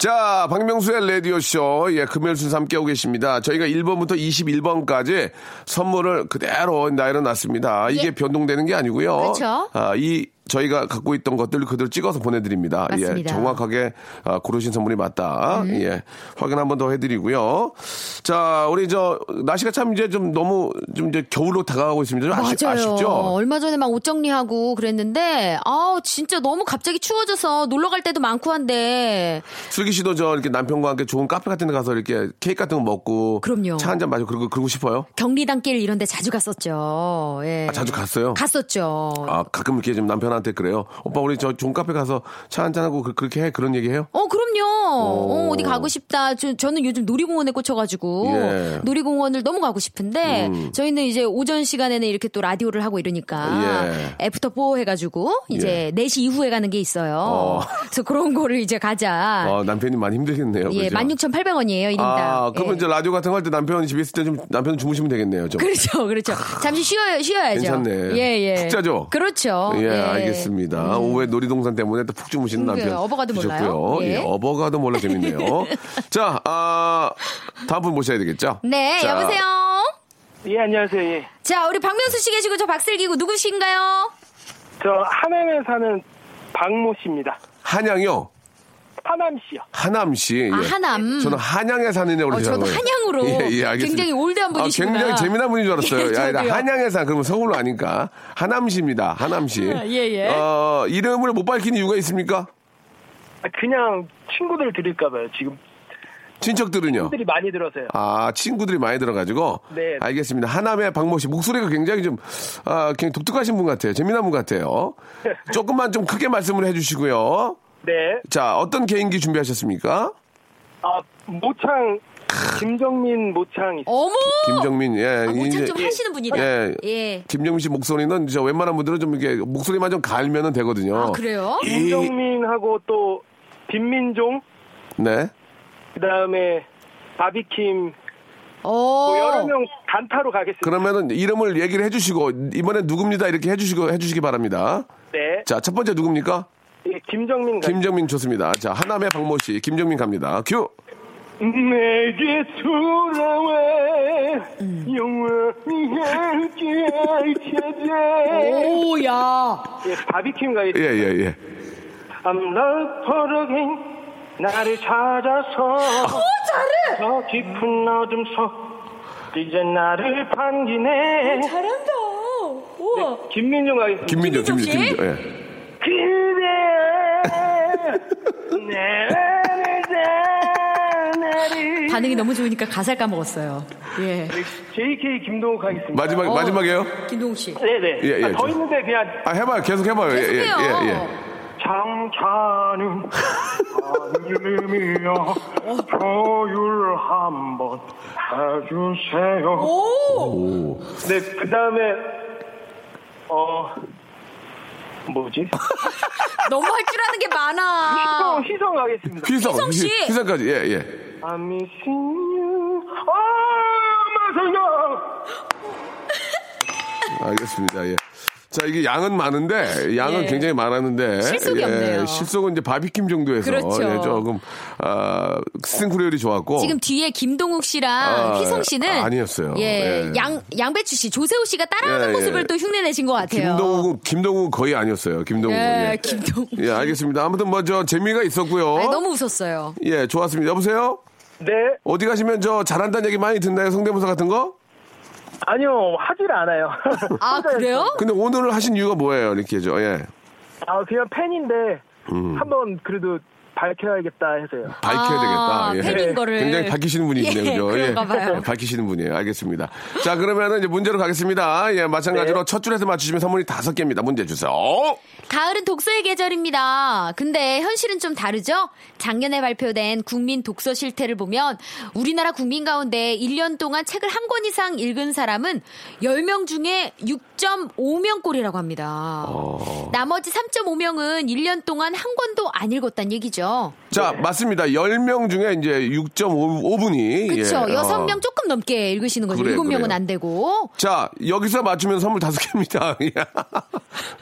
S2: 자, 박명수의 라디오쇼, 예, 금요일 순서 함께하고 계십니다. 저희가 1번부터 21번까지 선물을 그대로 나열해놨습니다. 이게
S4: 예.
S2: 변동되는 게 아니고요.
S4: 그렇죠.
S2: 아, 이, 저희가 갖고 있던 것들을 그대로 찍어서 보내드립니다. 예,
S4: 맞습니다. 음.
S2: 정확하게 아, 고르신 선물이 맞다. 예, 확인 한번 더 해드리고요. 자, 우리 저, 날씨가 참 이제 좀 너무 좀 이제 겨울로 다가가고 있습니다. 좀 아쉽,
S4: 맞아요.
S2: 아쉽죠?
S4: 얼마 전에 막 옷 정리하고 그랬는데 아우 진짜 너무 갑자기 추워져서 놀러 갈 때도 많고 한데
S2: 슬기 씨도 저 이렇게 남편과 함께 좋은 카페 같은 데 가서 이렇게 케이크 같은 거 먹고
S4: 그럼요.
S2: 차 한 잔 마시고 그러고, 그러고 싶어요?
S4: 경리단길 이런 데 자주 갔었죠. 예.
S2: 아, 자주 갔어요?
S4: 갔었죠.
S2: 아, 가끔 이렇게 좀 남편한테 그래요. 오빠, 우리 저 좋은 카페 가서 차 한잔하고 그, 렇게 해? 그런 얘기 해요?
S4: 어 그럼요. 어, 어디 가고 싶다. 저, 저는 요즘 놀이공원에 꽂혀가지고
S2: 예. 음.
S4: 놀이공원을 너무 가고 싶은데 저희는 이제 오전 시간에는 이렇게 또 라디오를 하고 이러니까
S2: 예.
S4: 애프터 4 해가지고 이제 4시 이후에 가는 게 있어요.
S2: 어.
S4: 그래서 그런 거를 이제 가자.
S2: 어, 남편이 많이 힘들겠네요.
S4: 아, 예,
S2: 그죠?
S4: 16,800원이에요, 1인당. 예.
S2: 아, 그러면 이제 라디오 같은 거 할 때 남편이 집에 있을 때 좀 남편 주무시면 되겠네요. 좀.
S4: 그렇죠, 그렇죠. 잠시 쉬어야, 쉬어야죠.
S2: 아. 괜찮네.
S4: 예, 예.
S2: 숙자죠?
S4: 그렇죠.
S2: 예, 알겠습니다. 오후에 놀이동산 때문에 또 푹 주무시는
S4: 그러게요.
S2: 남편.
S4: 어버가도 몰라요?
S2: 주셨고요.
S4: 예.
S2: 예, 어버가도 몰라 재밌네요. 자, 아, 다음 분 모셔야 되겠죠?
S4: 네,
S2: 자,
S4: 여보세요.
S6: 예, 안녕하세요. 예.
S4: 자, 우리 박명수 씨 계시고 저 박슬기고 누구신가요?
S6: 저 하남에 사는 박모 씨입니다.
S2: 한양이요.
S6: 하남 씨요.
S2: 하남씨.
S4: 아,
S2: 예.
S4: 하남.
S2: 저는 한양에 사느냐고
S4: 어, 저도 한양으로.
S2: 예,
S4: 굉장히 올드한 분이시구나.
S2: 아, 굉장히 재미난 분인 줄 알았어요.
S4: 예,
S2: 야, 나
S4: 저도요.
S2: 한양에 사, 그러면 서울로 아니까. 하남씨입니다. 하남씨.
S4: 예, 예.
S2: 어, 이름을 못 밝힌 이유가 있습니까?
S6: 아, 그냥 친구들 드릴까봐요. 지금
S2: 친척들은요?
S6: 친구들이 많이 들어서요.
S2: 아, 친구들이 많이 들어가지고.
S6: 네.
S2: 알겠습니다. 하남의 박모 씨 목소리가 굉장히 좀, 아, 굉장히 독특하신 분 같아요. 재미난 분 같아요. 조금만 좀 크게 말씀을 해주시고요.
S6: 네.
S2: 자, 어떤 개인기
S4: 어,
S2: 준비하셨습니까?
S6: 아, 모창, 김정민 모창 있어요.
S4: 어머!
S2: 김정민, 예.
S4: 아, 모창
S2: 이제-
S4: 좀 하시는 분이다.
S2: 예.
S4: 예.
S2: 김정민 씨 목소리는 진짜 웬만한 분들은 좀 이렇게 목소리만 좀 갈면은 되거든요.
S4: 아, 그래요?
S6: 김정민하고 또 빈민종,
S2: 네.
S6: 그 다음에 바비킴, 뭐 여러
S4: 어.
S6: 명 단타로 가겠습니다.
S2: 그러면은 이름을 얘기를 해주시고 이번엔 누굽니다 이렇게 해주시고 해주시기 바랍니다.
S6: 네.
S2: 자, 첫 번째 누굽니까?
S6: 예, 김정민 가
S2: 김정민 좋습니다. 자, 하남의 박모 씨, 김정민 갑니다. 큐.
S6: 내게 돌아와
S4: 음.
S6: 영원히 함께 찾아
S4: 오, 야.
S6: 예, 바비킴 가겠습니다.
S2: 예, 예, 예.
S6: I'm not forgetting 나를 찾아서 저 깊은 어둠 속 이제 나를 반기네
S4: 잘한다. 우와.
S6: 김민중 가겠습니다
S2: 김민정,
S4: 김민정 씨?
S2: 김민정, 김민정. 예.
S6: 그대 내 안에 다 나를
S4: 반응이 너무 좋으니까 가사를 까먹었어요. 예.
S6: JK 김동욱 가겠습니다
S2: 마지막
S4: 어.
S2: 마지막이에요?
S4: 김동욱 씨.
S6: 네네
S2: 예, 예,
S6: 아,
S2: 저-
S6: 더 있는데 그냥
S2: 아, 해봐요. 계속 해봐요. 예, 예,
S4: 계속해요.
S2: 예, 예.
S6: 잠자는 하늘이여 조율 한번 해주세요
S4: 오!
S6: 네, 그 다음에, 어, 뭐지?
S4: 아. 너무 할 줄 아는 게 많아.
S6: 희성, 희성 하겠습니다.
S2: 휘성,
S4: 휘성 씨!
S2: 휘- 휘성까지. 예, 예.
S6: I'm missing you. 아, 마성아!
S2: 알겠습니다. 예. 자, 이게 양은 많은데, 양은
S4: 예.
S2: 굉장히 많았는데.
S4: 실속이
S2: 예,
S4: 없네요.
S2: 실속은 이제 바비킴 정도에서.
S4: 그렇죠.
S2: 예, 조금, 아, 스팅크리얼이 좋았고.
S4: 지금 뒤에 김동욱 씨랑
S2: 아,
S4: 휘성 씨는
S2: 아니었어요.
S4: 예,
S2: 예.
S4: 양 양배추 씨, 조세호 씨가 따라하는
S2: 예, 예.
S4: 모습을 또 흉내내신 것 같아요.
S2: 김동욱은, 김동욱은 거의 아니었어요. 김동욱은.
S4: 예,
S2: 예.
S4: 김동욱.
S2: 예, 알겠습니다. 아무튼 뭐 저 재미가 있었고요.
S4: 아니, 너무 웃었어요.
S2: 예, 좋았습니다. 여보세요?
S6: 네,
S2: 어디 가시면 저 잘한다는 얘기 많이 듣나요? 성대모사 같은 거?
S6: 아니요, 하질 않아요.
S4: 아 그래요?
S2: 근데 오늘 하신 이유가 뭐예요? 이렇게 저, 예.
S6: 아, 그냥 팬인데,
S2: 음.
S6: 한번 그래도 밝혀야겠다 해서요.
S2: 밝혀야
S4: 아,
S2: 되겠다. 예.
S4: 팬인 거를.
S2: 굉장히 밝히시는 분이시네요.
S4: 예,
S2: 그죠?
S4: 그런가 봐요.
S2: 예, 밝히시는 분이에요. 알겠습니다. 자, 그러면은 이제 문제로 가겠습니다. 예, 마찬가지로
S4: 네.
S2: 첫 줄에서 맞추시면 선물이 다섯 개입니다. 문제 주세요.
S4: 가을은 독서의 계절입니다. 근데 현실은 좀 다르죠? 작년에 발표된 국민 독서 실태를 보면 우리나라 국민 가운데 1년 동안 책을 한 권 이상 읽은 사람은 10명 중에 6.5명꼴이라고 합니다.
S2: 어.
S4: 나머지 3.5명은 1년 동안 한 권도 안 읽었단 얘기죠.
S2: 자, 맞습니다. 10명 중에 이제 6.5분이.
S4: 그쵸? 여 6명 조금 넘게 읽으시는 거죠.
S2: 예, 어. 그래요,
S4: 7명은
S2: 그래요.
S4: 안 되고.
S2: 어. 자, 여기서 맞추면 선물 다섯 개입니다. 예.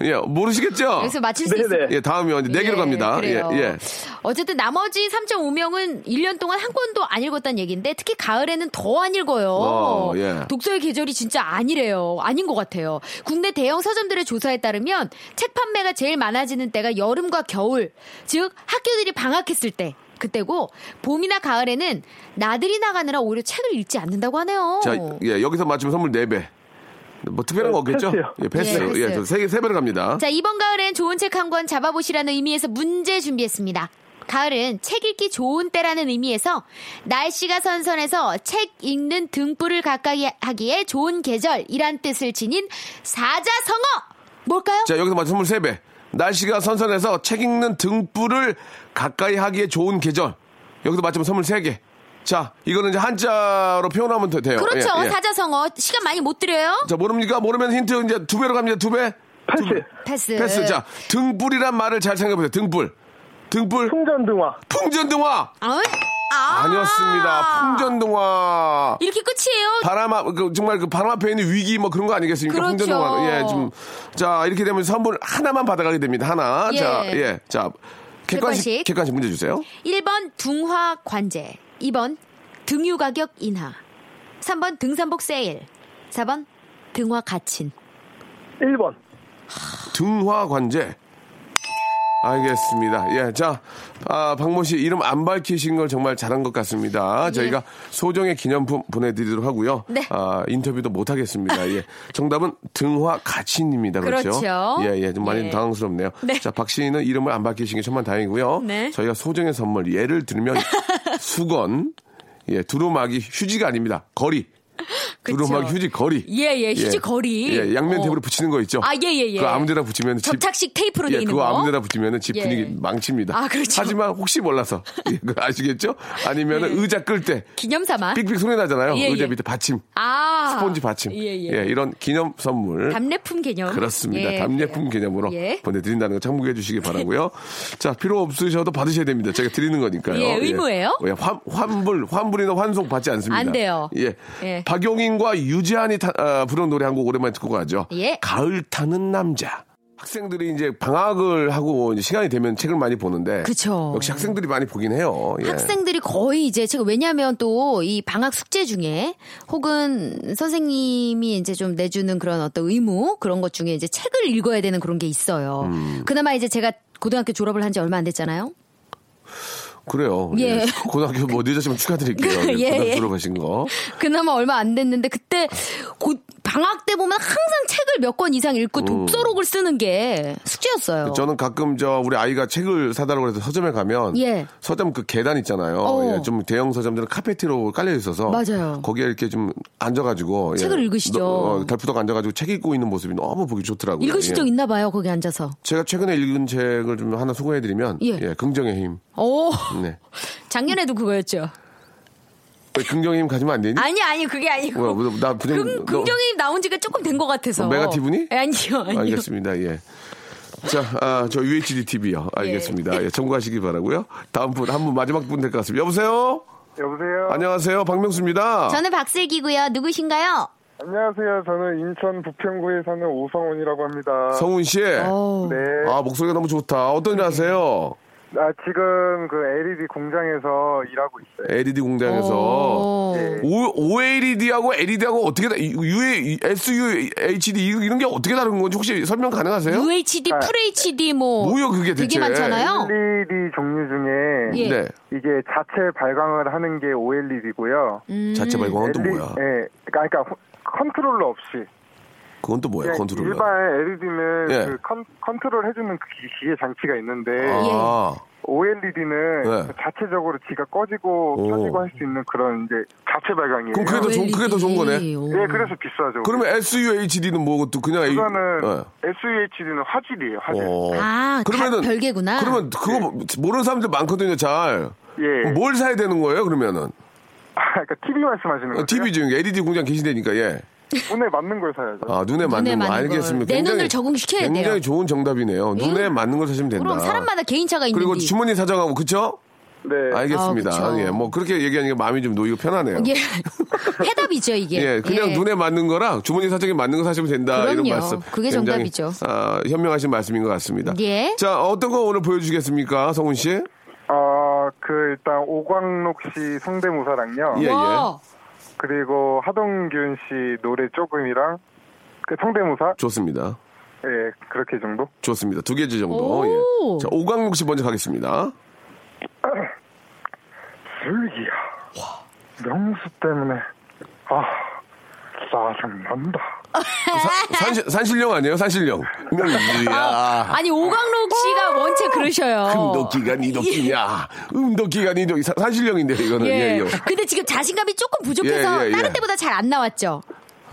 S2: 예, 모르시겠죠?
S4: 여기서 맞힐 수
S6: 네네.
S4: 있을
S2: 예, 다음이요. 이제 네 개로
S4: 예,
S2: 갑니다.
S4: 그래요.
S2: 예, 예.
S4: 어쨌든 나머지 3.5명은 1년 동안 한 권도 안 읽었다는 얘기인데 특히 가을에는 더 안 읽어요.
S2: 어, 예.
S4: 독서의 계절이 진짜 아니래요. 아닌 것 같아요. 국내 대형 서점들의 조사에 따르면 책 판매가 제일 많아지는 때가 여름과 겨울, 즉 학교들이 방학했을 때 그때고 봄이나 가을에는 나들이 나가느라 오히려 책을 읽지 않는다고 하네요.
S2: 자, 예, 여기서 맞추면 선물 네배뭐 특별한 거 없겠죠?
S6: 패스요.
S2: 예, 패스.
S4: 예, 패스.
S2: 예, 저 세, 세 배로 갑니다.
S4: 자, 이번 가을엔 좋은 책 한 권 잡아보시라는 의미에서 문제 준비했습니다. 가을은 책 읽기 좋은 때라는 의미에서 날씨가 선선해서 책 읽는 등불을 가까이 하기에 좋은 계절이란 뜻을 지닌 사자성어! 뭘까요?
S2: 자, 여기서 맞추면 선물 세배 날씨가 선선해서 책 읽는 등불을 가까이 하기에 좋은 계절. 여기도 맞히면 선물 세개 자, 이거는 이제 한자로 표현하면 더 돼요.
S4: 그렇죠.
S2: 예, 예.
S4: 사자성어. 시간 많이 못 드려요.
S2: 자, 모릅니까? 모르면 힌트 이제 두 배로 갑니다. 두 배.
S6: 패스.
S4: 패스.
S2: 패스. 자, 등불이란 말을 잘 생각해보세요. 등불. 등불.
S6: 풍전등화.
S2: 풍전등화.
S4: 어? 아.
S2: 아니었습니다. 풍전등화.
S4: 이렇게 끝이에요.
S2: 바람 앞, 그, 정말 그 바람 앞에 있는 위기 뭐 그런 거 아니겠습니까?
S4: 어, 그렇죠.
S2: 풍전등화. 예, 좀. 자, 이렇게 되면 선물 하나만 받아가게 됩니다. 하나.
S4: 예.
S2: 자, 예. 자, 객관식,
S4: 객관식.
S2: 객관식 문제 주세요.
S4: 1번 둥화 관제, 2번 등유 가격 인하, 3번 등산복 세일, 4번 등화 가친.
S6: 1번.
S2: 등화관제. 알겠습니다. 예, 자, 아, 박모 씨 이름 안 밝히신 걸 정말 잘한 것 같습니다. 저희가 소정의 기념품 보내드리도록 하고요.
S4: 예. 네.
S2: 아, 인터뷰도 못 하겠습니다. 예, 정답은 등화 가친입니다. 그렇죠?
S4: 그렇죠.
S2: 예, 예, 좀 많이
S4: 예.
S2: 당황스럽네요.
S4: 네.
S2: 자, 박 씨는 이름을 안 밝히신 게 정말 다행이고요.
S4: 네.
S2: 저희가 소정의 선물 예를 들면 수건, 예, 두루마기 휴지가 아닙니다. 거리.
S4: 그쵸.
S2: 두루마기 휴지 거리.
S4: 예, 예, 휴지 거리.
S2: 예, 양면
S4: 어.
S2: 테이프로 붙이는 거 있죠.
S4: 아, 예, 예, 예.
S2: 그 아무데나 붙이면 집-
S4: 접착식 테이프로
S2: 예,
S4: 돼 있는
S2: 그거
S4: 거.
S2: 아무데나 붙이면 집
S4: 예.
S2: 분위기 망칩니다.
S4: 아, 그렇죠.
S2: 하지만 혹시 몰라서 예, 그거 아시겠죠? 아니면 은 의자 끌 때
S4: 기념 삼아.
S2: 삑삑 소리 나잖아요.
S4: 예,
S2: 의자
S4: 예.
S2: 밑에 받침,
S4: 아.
S2: 스폰지 받침.
S4: 예, 예.
S2: 이런 기념 선물.
S4: 답례품 개념.
S2: 그렇습니다.
S4: 예, 그래요.
S2: 답례품 개념으로
S4: 예.
S2: 보내드린다는 거 참고해 주시기 바라고요. 자, 필요 없으셔도 받으셔야 됩니다. 제가 드리는 거니까요.
S4: 예, 의무예요?
S2: 예, 환, 환불, 환불이나 환송 받지 않습니다.
S4: 안 돼요.
S2: 예.
S4: 예.
S2: 박용인과 유지한이 타, 아, 부른 노래 한 곡 오랜만에 듣고 가죠.
S4: 예.
S2: 가을 타는 남자. 학생들이 이제 방학을 하고 이제 시간이 되면 책을 많이 보는데
S4: 그쵸.
S2: 역시 학생들이 많이 보긴 해요. 예.
S4: 학생들이 거의 이제 제가 왜냐하면 또 이 방학 숙제 중에 혹은 선생님이 이제 좀 내주는 그런 어떤 의무 그런 것 중에 이제 책을 읽어야 되는 그런 게 있어요.
S2: 음.
S4: 그나마 이제 제가 고등학교 졸업을 한 지 얼마 안 됐잖아요.
S2: 그래요.
S4: 예.
S2: 고등학교 뭐 늦으시면 축하드릴게요.
S4: 예,
S2: 고등학교
S4: 예.
S2: 졸업하신 거.
S4: 그나마 얼마 안 됐는데 그때 곧 방학 때 보면 항상 책을 몇 권 이상 읽고 독서록을 쓰는 게 숙제였어요.
S2: 저는 가끔 저 우리 아이가 책을 사달라고 해서 서점에 가면
S4: 예.
S2: 서점 그 계단 있잖아요.
S4: 어.
S2: 예, 좀 대형 서점들은 카페트로 깔려 있어서
S4: 맞아요.
S2: 거기에 이렇게 좀 앉아가지고 예.
S4: 책을 읽으시죠.
S2: 어, 달푸덕 앉아가지고 책 읽고 있는 모습이 너무 보기 좋더라고요.
S4: 읽으신
S2: 예.
S4: 적 있나 봐요 거기 앉아서.
S2: 제가 최근에 읽은 책을 좀 하나 소개해드리면
S4: 예.
S2: 예, 긍정의 힘.
S4: 오
S2: 네.
S4: 작년에도 그거였죠.
S2: 왜 긍정의 힘 가지면 안 되니?
S4: 아니 아니 그게
S2: 뭐야,
S4: 아니고.
S2: 뭐, 나 부정-
S4: 긍,
S2: 너-
S4: 긍정이 나온 지가 조금 된 것 같아서. 예,
S2: 어, 메가티브니?
S4: 아니요, 아니요.
S2: 알겠습니다. 예. 자, 아, 저 UHD TV요. 알겠습니다. 예, 참고하시기 바라고요. 다음 분, 한 분 마지막 분 될 것 같습니다. 여보세요?
S6: 여보세요.
S2: 안녕하세요. 박명수입니다.
S4: 저는 박슬기고요. 누구신가요?
S6: 안녕하세요. 저는 인천 부평구에 사는 오성훈이라고 합니다.
S2: 성훈 씨.
S4: 어.
S6: 네.
S2: 아, 목소리가 너무 좋다. 어떤 일 하세요?
S6: 나 지금 그 LED 공장에서 일하고 있어요.
S2: LED 공장에서.
S4: 오.
S2: O, E OLED하고 LED하고 어떻게, 다- U, SUHD 이런 게 어떻게 다른 건지 혹시 설명 가능하세요?
S4: UHD, FHD 뭐
S2: 뭐요, 그게 대체? 음.
S4: 되게 많잖아요.
S6: LED E 종류 중에
S4: 예.
S2: 네.
S6: 이게 자체 발광을 하는 게 E OLED고요.
S4: 음.
S2: 자체 발광은 또 뭐야?
S6: 예, 그러니까, 그러니까 컨트롤러 없이
S2: 그건 또 뭐야,
S6: 그냥
S2: 컨트롤러.
S6: 네, 일반 LED는
S2: 예.
S6: 그 컨, 컨트롤 해주는 그 기- 기계 장치가 있는데
S2: 아,
S4: 예.
S6: OLED는 그
S2: 네.
S6: 자체적으로 지가 꺼지고
S2: 오.
S6: 켜지고 할 수 있는 그런 이제 자체 발광이에요.
S2: 그럼 그게 더 좋은, 그게 더 좋은 거네.
S4: LED. 오.
S6: 예, 그래서 비싸죠.
S2: 그러면 SUHD는 뭐고 또 그냥
S6: 그거는
S2: 예.
S6: SUHD는 화질이에요. 화질.
S2: 어.
S4: 아, 다 별개구나.
S2: 그러면 그거 뭐- 모르는 사람들 많거든요, 잘.
S6: 예.
S2: 뭘 사야 되는 거예요, 그러면은?
S6: 아, 그러니까 TV 말씀하시는 거예요?
S2: TV 중에 LED 공장 계시다니까, 예.
S6: 오늘 맞는 걸 사야죠.
S2: 아, 눈에 맞는 거
S4: 맞는
S2: 알겠습니다.
S4: 걸. 내 눈을 적응시켜야 돼요.
S2: 굉장히 좋은 정답이네요.
S4: 예.
S2: 눈에 맞는 걸 사시면 된다.
S4: 그럼 사람마다 개인차가 있는데.
S2: 그리고 주머니 사정하고, 그쵸?
S6: 네.
S2: 알겠습니다.
S4: 아, 그쵸.
S2: 예, 뭐 그렇게 얘기하니까 마음이 좀 놓이고 편하네요.
S4: 예. 해답이죠 이게.
S2: 예, 그냥 눈에 맞는 거랑 주머니 사정에 맞는 거 사시면 된다 이런
S4: 그럼요.
S2: 말씀.
S4: 그게
S2: 굉장히,
S4: 정답이죠.
S2: 아, 현명하신 말씀인 것 같습니다.
S4: 예.
S2: 자, 어떤 거 오늘 보여주시겠습니까, 성훈 씨? 예,
S6: 아, 그 일단 오광록 씨 성대모사랑요.
S2: 예.
S4: 와,
S6: 그리고 하동균 씨 노래 조금이랑 그 성대모사
S2: 좋습니다.
S6: 예, 그렇게 정도.
S2: 좋습니다. 두 개지 정도.
S4: 오.
S2: 예. 자, 오광록 씨 먼저 가겠습니다.
S6: 슬기야. 명수 때문에 아, 짜증 난다.
S2: 산, 산신령 아니에요? 산신령. 명주야.
S4: 아니 오광록 씨가 원체 그러셔요.
S2: 금도끼가 니도끼냐. 음도끼가 니도끼. 사- 산신령인데, 이거는.
S4: 예.
S2: 예, 예.
S4: 근데 지금 자신감이 조금 부족해서
S2: 예, 예, 예.
S4: 다른 때보다 잘 안 나왔죠.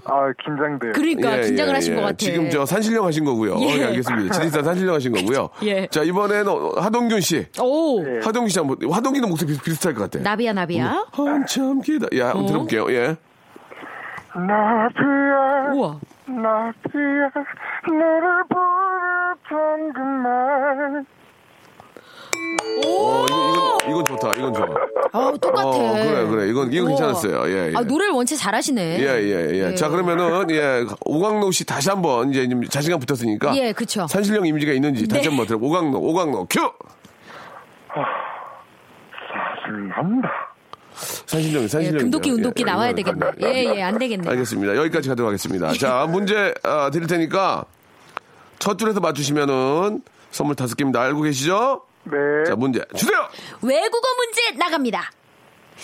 S5: 아 긴장돼요.
S4: 그러니까
S2: 예,
S4: 긴장을
S2: 예,
S4: 하신
S2: 예.
S4: 것 같아.
S2: 지금 저 산신령 하신 거고요.
S4: 예.
S2: 예, 알겠습니다. 지리산 산신령 하신 거고요.
S4: 예.
S2: 자, 이번에는 어, 하동균 씨.
S4: 오
S5: 예.
S2: 하동균 씨 한번, 하동균도 목소리 비슷, 비슷할 것 같아.
S4: 나비야
S2: 음.
S4: 나비야.
S2: 한참 기다. 예, 한번
S4: 어?
S2: 들어볼게요. 예.
S5: 나비야
S4: 우와.
S5: 나비야 너를 부르던 그말
S2: 어, 이건, 이건, 이건 좋다. 이건 좋아.
S4: 어 똑같아.
S2: 어, 그래, 그래. 이건, 이건
S4: 우와.
S2: 괜찮았어요. 예, 예.
S4: 아, 노래를 원체 잘하시네.
S2: 예, 예, 예.
S4: 예.
S2: 자, 그러면은, 예, 오광록 씨 다시 한 번, 이제 좀 자신감 붙었으니까.
S4: 예, 그쵸.
S2: 산신령 이미지가 있는지 다시
S4: 네.
S2: 한 번 들어 오광록, 오광록, 큐!
S5: 사랑한다.
S2: 산신령, 예, 산신령.
S4: 금도끼 예, 운도끼 나와야 되겠네. 예, 예, 안 되겠네.
S2: 알겠습니다. 여기까지 가도록 하겠습니다.
S4: 예.
S2: 자, 문제 아, 드릴 테니까 첫 줄에서 맞추시면은 선물 다섯 개입니다. 알고 계시죠?
S5: 네.
S2: 자, 문제 주세요!
S4: 외국어 문제 나갑니다.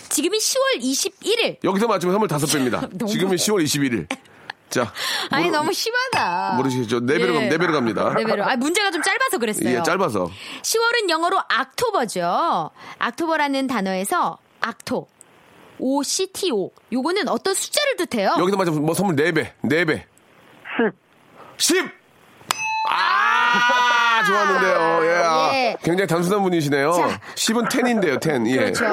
S4: 지금이 10월 21일.
S2: 여기서 맞추면 선물 다섯 배입니다.
S4: 너무
S2: 지금이 10월 21일. 자,
S4: 아니 너무 심하다.
S2: 뭐, 모르시겠죠? 네 배로,
S4: 예.
S2: 네 배로 갑니다.
S4: 네 배로. 아 문제가 좀 짧아서 그랬어요.
S2: 예, 짧아서.
S4: 10월은 영어로 악토버죠. 악토버라는 단어에서 악토, O C T O. 요거는 어떤 숫자를 뜻해요.
S2: 여기서 맞으면 뭐 선물 4배, 4배. 10. 10! 아! 좋았는데요. 예. 아,
S4: 예.
S2: 굉장히 단순한 분이시네요.
S4: 자.
S2: 10은 10인데요, 10. 예.
S4: 그렇죠.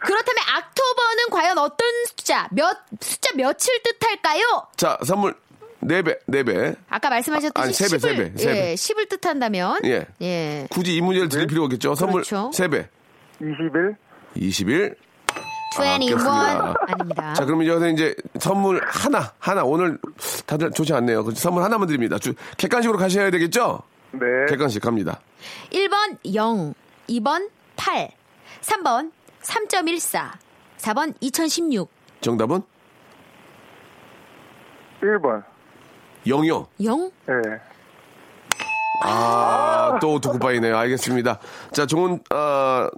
S4: 그렇다면 악토버는 과연 어떤 숫자, 몇 숫자 몇을 뜻할까요?
S2: 자, 선물 4배, 4배.
S4: 아까 말씀하셨듯이
S2: 아니, 세 배,
S4: 10을,
S2: 세 배, 세 배.
S4: 예, 10을 뜻한다면
S2: 예.
S4: 예.
S2: 굳이 이 문제를 드릴 필요 없겠죠. 선물
S4: 그렇죠.
S2: 3배.
S5: 21
S2: 21.
S4: 21
S2: 꼈습니다.
S4: 아닙니다.
S2: 아, 자, 그러면 여기서 이제 선물 하나, 하나. 오늘 다들 좋지 않네요. 그래서 선물 하나만 드립니다. 주, 객관식으로 가셔야 되겠죠?
S5: 네.
S2: 객관식 갑니다.
S4: 1번 0, 2번 8, 3번 3.14, 4번 2016,
S2: 정답은
S5: 1번.
S2: 영영.
S4: 0.
S5: 예.
S2: 아, 또 두고파이네요. 알겠습니다. 자, 좋은 아,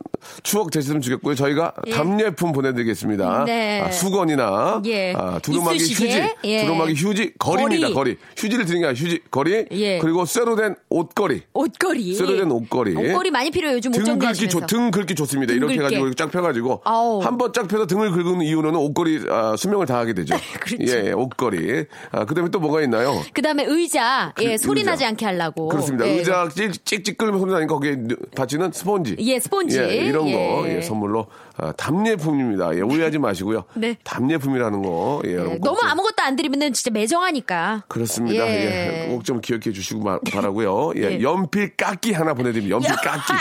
S2: 추억 되셨으면 좋겠고요. 저희가 답례품 보내드리겠습니다.
S4: 예. 네.
S2: 아, 수건이나
S4: 예.
S2: 아, 두루마기
S4: 이쑤시개?
S2: 휴지,
S4: 예.
S2: 두루마기 휴지 거리입니다.
S4: 거리.
S2: 거리. 휴지를 드린 게 아니라 휴지 거리.
S4: 예.
S2: 그리고 쇠로 된 옷걸이.
S4: 옷걸이.
S2: 쇠로 된 옷걸이.
S4: 옷걸이 많이 필요해요. 요즘
S2: 등
S4: 옷장
S2: 긁기 좋,
S4: 가시면서.
S2: 등 긁기 좋습니다.
S4: 등
S2: 이렇게
S4: 긁게.
S2: 해가지고 이렇게 쫙 펴가지고
S4: 아우.
S2: 한 번 쫙 펴서 등을 긁은 이유는 옷걸이 아, 수명을 다하게 되죠.
S4: 그렇죠.
S2: 예, 예, 옷걸이. 아, 그다음에 또 뭐가 있나요?
S4: 그다음에 의자. 예, 소리
S2: 의자.
S4: 나지 않게 하려고.
S2: 그렇습니다.
S4: 예.
S2: 의자 찍- 찍찍 끌면 소리 나니까 거기에 누- 받치는 스폰지.
S4: 예, 스폰지.
S2: 예, 이런 거
S4: 예.
S2: 예, 선물로 아, 답례품입니다. 예, 오해하지 마시고요.
S4: 네.
S2: 답례품이라는 거. 예,
S4: 예,
S2: 여러분 꼭
S4: 너무
S2: 좀-
S4: 아무것도 안 드리면은 진짜 매정하니까.
S2: 그렇습니다.
S4: 예.
S2: 예. 꼭 좀 기억해 주시고 마- 바라고요. 예,
S4: 예.
S2: 연필 깎기 하나 보내드립니다. 연필 깎기.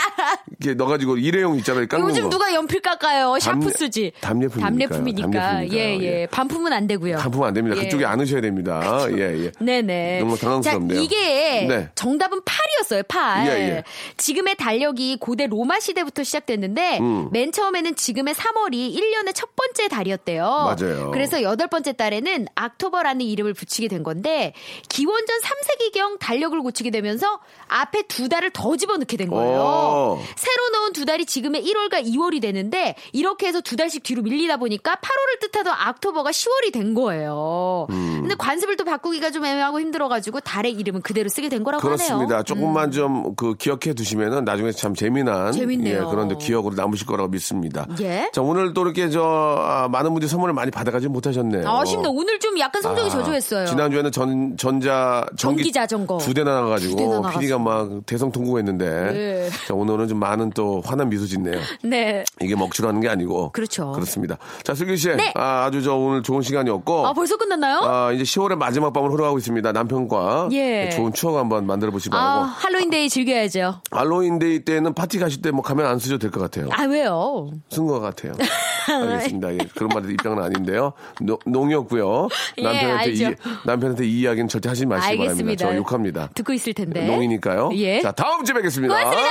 S2: 이게 넣어가지고 일회용 있잖아요. 깎는
S4: 요즘
S2: 거.
S4: 누가 연필 깎아요? 샴푸
S2: 담례-
S4: 쓰지.
S2: 담례품이니까요.
S4: 담례품이니까. 예,
S2: 담례품이니까요.
S4: 예.
S2: 예.
S4: 반품은 안 되고요.
S2: 반품 안 됩니다.
S4: 예. 그렇죠.
S2: 그쪽에 안으셔야 됩니다. 예, 예.
S4: 네네.
S2: 너무 당황스럽네요.
S4: 자, 이게
S2: 네.
S4: 정답은 팔이었어요, 팔.
S2: 예, 예.
S4: 지금의 달력이 고대 로마 시대부터 시작됐는데 맨 처음에는 지금의 3월이 1년의 첫 번째 달이었대요.
S2: 맞아요.
S4: 그래서 여덟 번째 달에는 악토버라는 이름을 붙이게 된 건데 기원전 3세기경 달력을 고치게 되면서 앞에 두 달을 더 집어넣게 된 거예요.
S2: 오.
S4: 새로 넣은 두 달이 지금의 1월과 2월이 되는데 이렇게 해서 두 달씩 뒤로 밀리다 보니까 8월을 뜻하던 악토버가 10월이 된 거예요.
S2: 음.
S4: 근데 관습을 또 바꾸기가 좀 애매하고 힘들어가지고 달의 이름은 그대로 쓰게 된 거라고
S2: 그렇습니다.
S4: 하네요. 음.
S2: 조금만 좀 그 기억해 두시면은 나중에 참 재미난
S4: 재밌네요.
S2: 예, 그런 데 기억으로 남으실 거라고 믿습니다.
S4: 예.
S2: 자 오늘 또 이렇게 저 아, 많은 분들이 선물을 많이 받아가지 못하셨네요.
S4: 아쉽네. 오늘 좀 약간 성적이
S2: 어. 아,
S4: 저조했어요.
S2: 지난주에는 전, 전자,
S4: 전기 자전거.
S2: 두 대나 나가지고
S4: 두 대나 나갔어.
S2: PD가 막 대성통곡했는데
S4: 예.
S2: 자, 오늘은 좀 많은 또 화난 미소 짓네요.
S4: 네.
S2: 이게 먹칠로 하는 게 아니고
S4: 그렇죠.
S2: 그렇습니다. 자 슬기 씨,
S4: 네.
S2: 아, 아주 저 오늘 좋은 시간이었고
S4: 아 벌써 끝났나요? 아,
S2: 어. 아, 이제 10월의 마지막 밤을 흘러가고 있습니다. 남편과 네,
S4: 예. 아.
S2: 좋은 추억 한번 네. 만들어 보시기 바라고.
S4: 할로윈데이 즐겨야죠.
S2: 알로인데이 때는 파티 가실 때 뭐 가면 안 쓰셔도 될 것 같아요.
S4: 아 왜요?
S2: 쓴 것 같아요. 알겠습니다. 예, 그런 말에 입장은 아닌데요. 노- 농이었고요.
S4: 예,
S2: 남편한테 이,
S4: 알죠.
S2: 남편한테 이 이야기는 절대 하지 마시기
S4: 알겠습니다.
S2: 바랍니다. 저 욕합니다.
S4: 듣고 있을 텐데.
S2: 농이니까요.
S4: 예.
S2: 자, 아. 다음 주에 뵙겠습니다.
S4: 고맙습니다.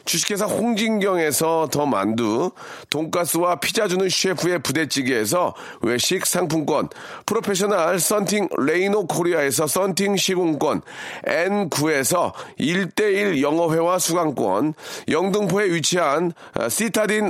S2: 주식회사 홍진경에서 더 만두, 돈가스와 피자 주는 셰프의 부대찌개에서 외식 상품권, 프로페셔널 썬팅 레이노 코리아에서 썬팅 시공권, N9에서 1대1 영어회화 수강권, 영등포에 위치한 아, 시타딘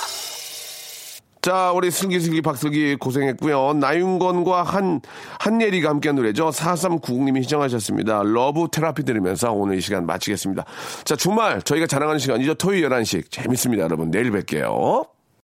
S2: 자, 우리 슬기슬기 박슬기 고생했고요. 나윤건과 한, 한예리가 함께한 노래죠. 4390님이 시청하셨습니다. 러브 테라피 들으면서 오늘 이 시간 마치겠습니다. 자, 주말 저희가 자랑하는 시간이죠. 토요일 11시. 재밌습니다, 여러분. 내일 뵐게요.